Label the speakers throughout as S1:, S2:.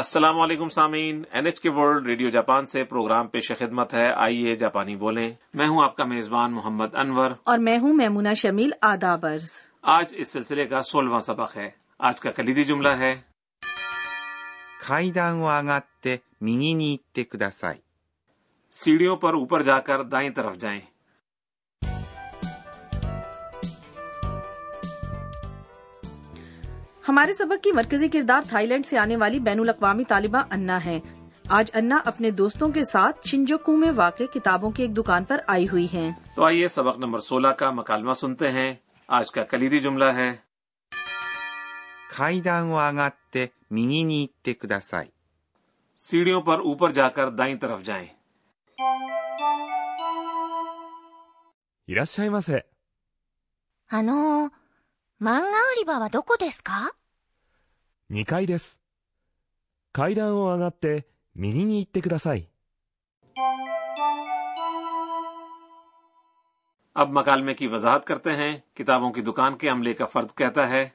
S1: السلام علیکم سامعین N H K World Radio Japan سے پروگرام پیش خدمت ہے آئیے جاپانی بولیں میں ہوں آپ کا میزبان محمد انور
S2: اور میں ہوں میمونہ شمیل آدابرز
S1: آج اس سلسلے کا سولہواں سبق ہے آج کا کلیدی جملہ ہے
S3: 階段を上がって右に行ってください。
S1: سیڑھیوں پر اوپر جا کر دائیں طرف جائیں
S2: ہمارے سبق کی مرکزی کردار تھائی لینڈ سے آنے والی بین الاقوامی طالبہ انا ہے آج انا اپنے دوستوں کے ساتھ شنجوکو میں واقع کتابوں کی ایک دکان پر آئی ہوئی ہیں
S1: تو آئیے سبق نمبر سولہ کا مکالمہ سنتے ہیں آج کا کلیدی جملہ ہے
S3: 階段を上がって右に行ってください。
S1: سیڑھیوں پر اوپر جا کر دائیں طرف جائیں
S4: いらっしゃいませ。
S5: あのー、漫画売り場はどこですか
S4: 2階です。階段を上がって右に行ってください。
S1: اب مکالمے کی وضاحت کرتے ہیں کتابوں کی دکان کے عملے کا فرد کہتا ہے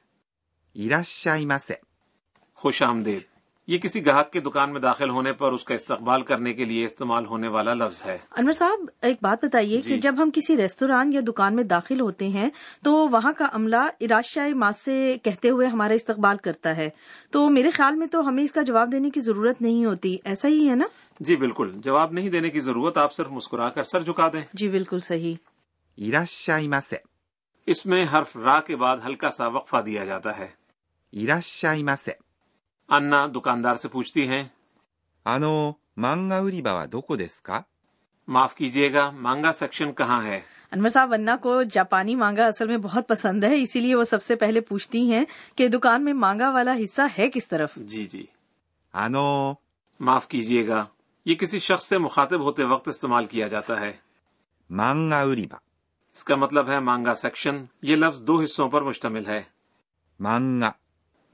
S3: いらっしゃいませ。
S1: خوش آمدید یہ کسی گاہک کی دکان میں داخل ہونے پر اس کا استقبال کرنے کے لیے استعمال ہونے والا لفظ ہے
S2: انور صاحب ایک بات بتائیے کہ جب ہم کسی ریستوران یا دکان میں داخل ہوتے ہیں تو وہاں کا عملہ اراشائی ماس سے کہتے ہوئے ہمارا استقبال کرتا ہے تو میرے خیال میں تو ہمیں اس کا جواب دینے کی ضرورت نہیں ہوتی ایسا ہی ہے نا
S1: جی بالکل جواب نہیں دینے کی ضرورت آپ صرف مسکرا کر سر جھکا دیں
S2: جی بالکل صحیح
S3: いらっしゃいませ。
S1: اس میں حرف را کے بعد ہلکا سا وقفہ دیا جاتا ہے
S3: いらっしゃいませ。
S1: انا دکاندار سے پوچھتی ہیں
S3: あの、漫画売り場はどこですか
S1: معاف کیجیے گا مانگا سیکشن کہاں ہے
S2: انور صاحب ونا کو جاپانی مانگا اصل میں بہت پسند ہے اسی لیے وہ سب سے پہلے پوچھتی ہیں کہ دکان میں مانگا والا حصہ ہے کس طرف
S1: جی جی
S3: あの、
S1: معاف کیجیے گا یہ کسی شخص سے مخاطب ہوتے وقت استعمال کیا جاتا ہے
S3: 漫画売り場。
S1: اس کا مطلب ہے مانگا سیکشن یہ لفظ دو حصوں پر مشتمل ہے
S3: 漫画、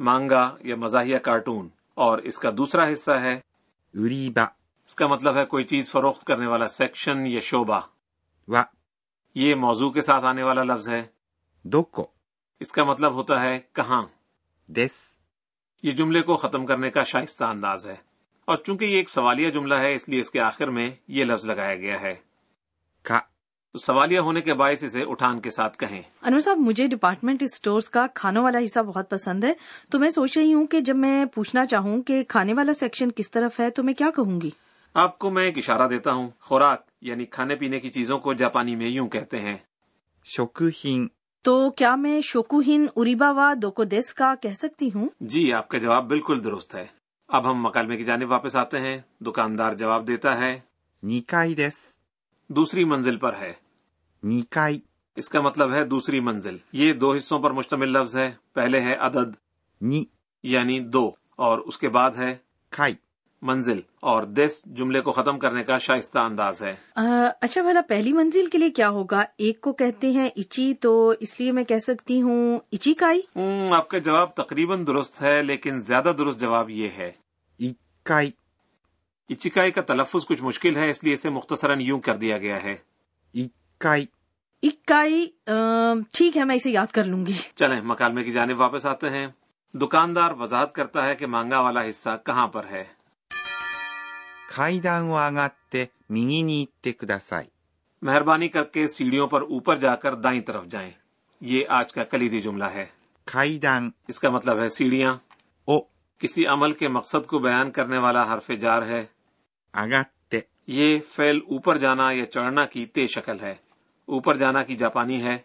S1: مانگا یا مزاحیہ کارٹون اور اس کا دوسرا حصہ ہے
S3: 売り場
S1: اس کا مطلب ہے کوئی چیز فروخت کرنے والا سیکشن یا شعبہ
S3: は、
S1: یہ موضوع کے ساتھ آنے والا لفظ ہے
S3: どこ
S1: اس کا مطلب ہوتا ہے کہاں
S3: です。
S1: یہ جملے کو ختم کرنے کا شائستہ انداز ہے اور چونکہ یہ ایک سوالیہ جملہ ہے اس لیے اس کے آخر میں یہ لفظ لگایا گیا ہے
S3: か、
S1: تو سوالیہ ہونے کے باعث اسے اٹھان کے ساتھ کہیں
S2: انور صاحب مجھے ڈپارٹمنٹ اسٹورز کا کھانوں والا حصہ بہت پسند ہے تو میں سوچ رہی ہوں کہ جب میں پوچھنا چاہوں کہ کھانے والا سیکشن کس طرف ہے تو میں کیا کہوں گی
S1: آپ کو میں ایک اشارہ دیتا ہوں خوراک یعنی کھانے پینے کی چیزوں کو جاپانی میں یوں کہتے ہیں
S3: 食品、
S2: تو کیا میں شوکوہین اریبا وا دوکو دیس کا کہہ سکتی ہوں
S1: جی آپ کا جواب بالکل درست ہے اب ہم مکالمے کی جانب واپس آتے ہیں دکاندار جواب دیتا ہے
S3: 2階です。
S1: دوسری منزل پر ہے
S3: 2階、
S1: اس کا مطلب ہے دوسری منزل یہ دو حصوں پر مشتمل لفظ ہے پہلے ہے عدد
S3: 2
S1: یعنی دو اور اس کے بعد ہے
S3: 階、
S1: منزل اور دس جملے کو ختم کرنے کا شائستہ انداز ہے
S2: اچھا بھلا پہلی منزل کے لیے کیا ہوگا ایک کو کہتے ہیں اچی تو اس لیے میں کہہ سکتی ہوں اچی کائی
S1: ہوں، آپ کا جواب تقریباً درست ہے لیکن زیادہ درست جواب یہ ہے
S3: 1階、
S1: اچکائی کا تلفظ کچھ مشکل ہے اس لیے اسے مختصراً یوں کر دیا گیا ہے
S3: 1階、
S2: اکائی ٹھیک ہے میں اسے یاد کر لوں گی
S1: چلیں مکالمے کی جانب واپس آتے ہیں دکاندار وضاحت کرتا ہے کہ مانگا والا حصہ کہاں پر ہے
S3: 階段を上がって右に行ってください。
S1: مہربانی کر کے سیڑھیوں پر اوپر جا کر دائیں طرف جائیں یہ آج کا کلیدی جملہ ہے
S3: 階段
S1: اس کا مطلب ہے سیڑھیاں
S3: を
S1: کسی عمل کے مقصد کو بیان کرنے والا حرف جار ہے
S3: 上がって
S1: یہ فعل اوپر جانا یا چڑھنا کی تے شکل ہے اوپر جانا کی جاپانی ہے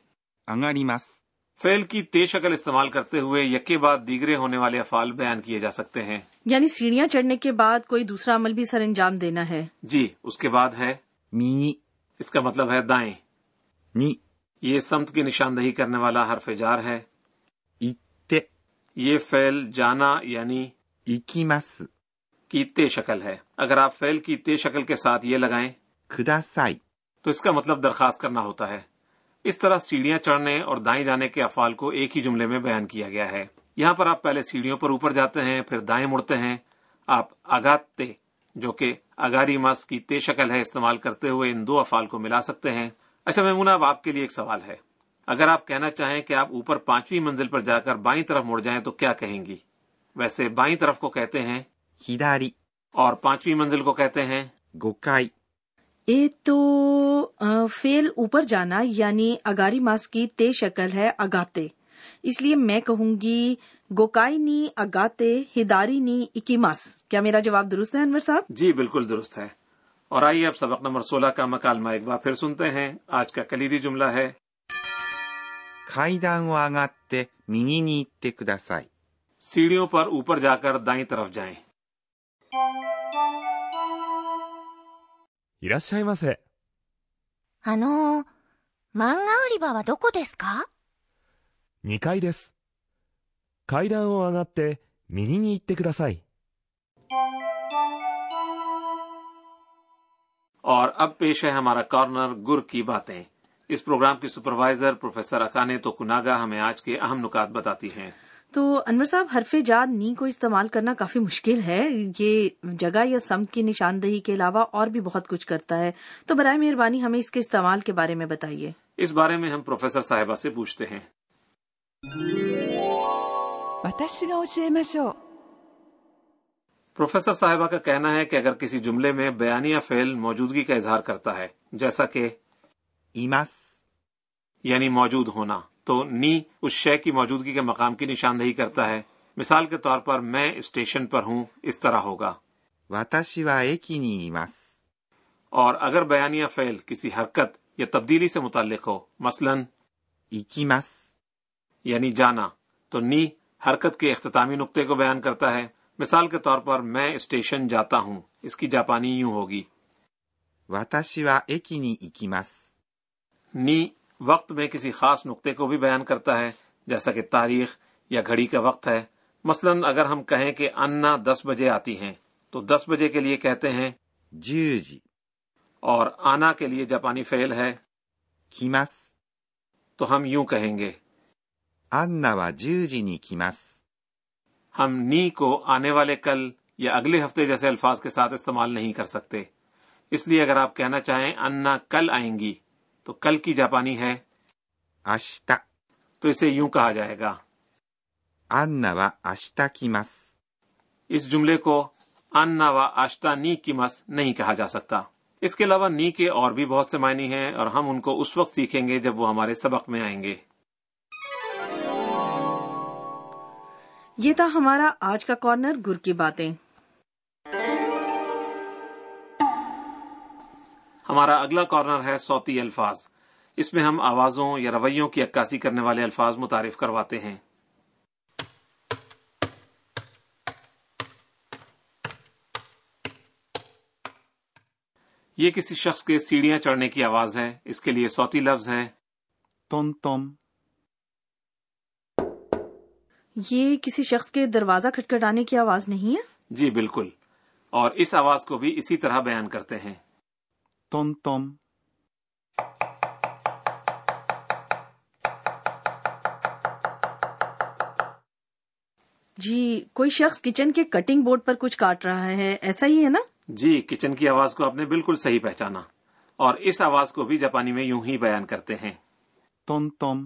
S3: 上がります。
S1: فعل کی تے شکل استعمال کرتے ہوئے یکے بعد دیگرے ہونے والے افعال بیان کیے جا سکتے ہیں
S2: یعنی سیڑھیاں چڑھنے کے بعد کوئی دوسرا عمل بھی سر انجام دینا ہے
S1: جی اس کے بعد ہے
S3: 右
S1: اس کا مطلب ہے دائیں
S3: に
S1: یہ سمت کی نشاندہی کرنے والا حرف جار ہے
S3: 行って
S1: یہ فعل جانا یعنی
S3: 行きます。
S1: کی تے شکل ہے اگر آپ فعل کی تے شکل کے ساتھ یہ لگائیں
S3: ください。
S1: تو اس کا مطلب درخواست کرنا ہوتا ہے اس طرح سیڑھیاں چڑھنے اور دائیں جانے کے افعال کو ایک ہی جملے میں بیان کیا گیا ہے یہاں پر آپ پہلے سیڑھیوں پر اوپر جاتے ہیں پھر دائیں مڑتے ہیں آپ اگاتے جو کہ اگاری ماس کی تے شکل ہے استعمال کرتے ہوئے ان دو افعال کو ملا سکتے ہیں اچھا میمونہ اب آپ کے لیے ایک سوال ہے اگر آپ کہنا چاہیں کہ آپ اوپر پانچویں منزل پر جا کر بائیں طرف مڑ جائیں تو کیا کہیں گی ویسے بائیں طرف کو کہتے ہیں
S3: 左、
S1: اور پانچویں منزل کو کہتے ہیں
S3: 5階、
S2: اے تو آ، فیل اوپر جانا یعنی اگاری ماس کی تے شکل ہے اگاتے اس لیے میں کہوں گی گوکائی نی اگاتے ہداری نی اکیماس کیا میرا جواب درست ہے انور صاحب
S1: جی بالکل درست ہے اور آئیے اب سبق نمبر سولہ کا مکالمہ ایک بار پھر سنتے ہیں آج کا کلیدی جملہ ہے
S3: 階段を上がって右に行ってください。
S1: سیڑھیوں پر اوپر جا کر دائیں طرف جائیں
S4: いらっしゃいませ。
S5: あのー、漫画売り場はどこですか
S4: 2階です。階段を上がって右に行ってください。
S1: اور اب پیش ہے ہمارا کارنر گر کی باتیں اس پروگرام کی سپروائزر پروفیسر اکانے تو کناگا ہمیں آج کے اہم نکات بتاتی ہیں
S2: تو انور صاحب حرف جار نی کو استعمال کرنا کافی مشکل ہے یہ جگہ یا سمت کی نشاندہی کے علاوہ اور بھی بہت کچھ کرتا ہے تو برائے مہربانی ہمیں اس کے استعمال کے بارے میں بتائیے
S1: اس بارے میں ہم پروفیسر صاحبہ سے پوچھتے ہیں
S6: 私が教えましょう
S1: پروفیسر صاحبہ کا کہنا ہے کہ اگر کسی جملے میں بیانیہ فعل موجودگی کا اظہار کرتا ہے جیسا کہ
S3: います。
S1: یعنی موجود ہونا تو نی اس شے کی موجودگی کے مقام کی نشاندہی کرتا ہے مثال کے طور پر میں اسٹیشن پر ہوں اس طرح ہوگا
S3: 私は駅にいます。
S1: اور اگر بیانیہ فعل کسی حرکت یا تبدیلی سے متعلق ہو مثلا
S3: 行きます。
S1: یعنی جانا تو نی حرکت کے اختتامی نقطے کو بیان کرتا ہے مثال کے طور پر میں اسٹیشن جاتا ہوں اس کی جاپانی یوں ہوگی
S3: 私は駅に行きます。
S1: نی وقت میں کسی خاص نقطے کو بھی بیان کرتا ہے جیسا کہ تاریخ یا گھڑی کا وقت ہے مثلا اگر ہم کہیں کہ انا دس بجے آتی ہیں تو دس بجے کے لیے کہتے ہیں
S3: 10時、
S1: اور آنا کے لیے جاپانی فعل ہے
S3: 来ます。
S1: تو ہم یوں کہیں گے
S3: アンナは10時に来ます。
S1: ہم نی کو آنے والے کل یا اگلے ہفتے جیسے الفاظ کے ساتھ استعمال نہیں کر سکتے اس لیے اگر آپ کہنا چاہیں انا کل آئیں گی تو کل کی جاپانی ہے
S3: 明日、
S1: تو اسے یوں کہا جائے گا
S3: アンナは明日来ます。
S1: اس جملے کو انا و آشتا نی کی مس نہیں کہا جا سکتا اس کے علاوہ نی کے اور بھی بہت سے معنی ہیں اور ہم ان کو اس وقت سیکھیں گے جب وہ ہمارے سبق میں آئیں گے
S2: یہ تھا ہمارا آج کا کارنر گر کی باتیں
S1: ہمارا اگلا کارنر ہے صوتی الفاظ اس میں ہم آوازوں یا رویوں کی عکاسی کرنے والے الفاظ متعارف کرواتے ہیں یہ کسی شخص کے سیڑھیاں چڑھنے کی آواز ہے اس کے لیے صوتی لفظ ہے
S3: トントン、
S2: یہ کسی شخص کے دروازہ کھٹکھٹانے کی آواز نہیں ہے
S1: جی بالکل اور اس آواز کو بھی اسی طرح بیان کرتے ہیں
S3: トントン。
S2: جی کوئی شخص کچن کے کٹنگ بورڈ پر کچھ کاٹ رہا ہے ایسا ہی ہے نا
S1: جی کچن کی آواز کو آپ نے بالکل صحیح پہچانا اور اس آواز کو بھی جاپانی میں یوں ہی بیان کرتے ہیں
S3: トントン、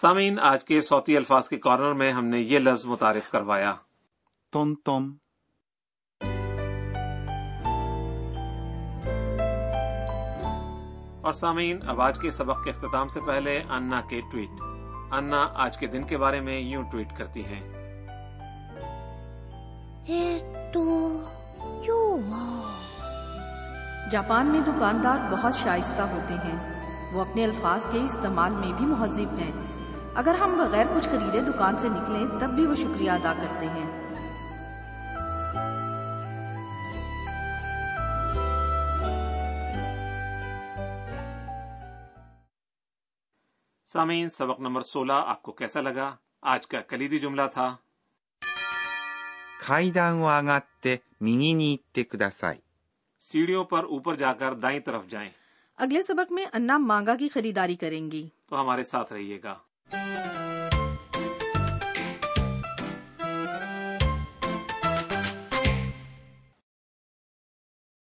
S1: سامعین آج کے صوتی الفاظ کے کارنر میں ہم نے یہ لفظ متعارف کروایا
S3: トントン。
S1: اور سامعین اب آج کے سبق کے اختتام سے پہلے انا کے ٹویٹ انا آج کے دن کے بارے میں یوں ٹویٹ کرتی ہیں
S5: えー、っと、今日は、
S2: جاپان میں دکاندار بہت شائستہ ہوتے ہیں وہ اپنے الفاظ کے استعمال میں بھی مہذب ہیں اگر ہم بغیر کچھ خریدے دکان سے نکلیں تب بھی وہ شکریہ ادا کرتے ہیں
S1: سامعین سبق نمبر سولہ آپ کو کیسا لگا آج کا کلیدی جملہ تھا
S3: 階段を上がって右に行ってください。
S1: سیڑھیوں پر اوپر جا کر دائیں طرف جائیں
S2: اگلے سبق میں انا مانگا کی خریداری کریں گی
S1: تو ہمارے ساتھ رہیے گا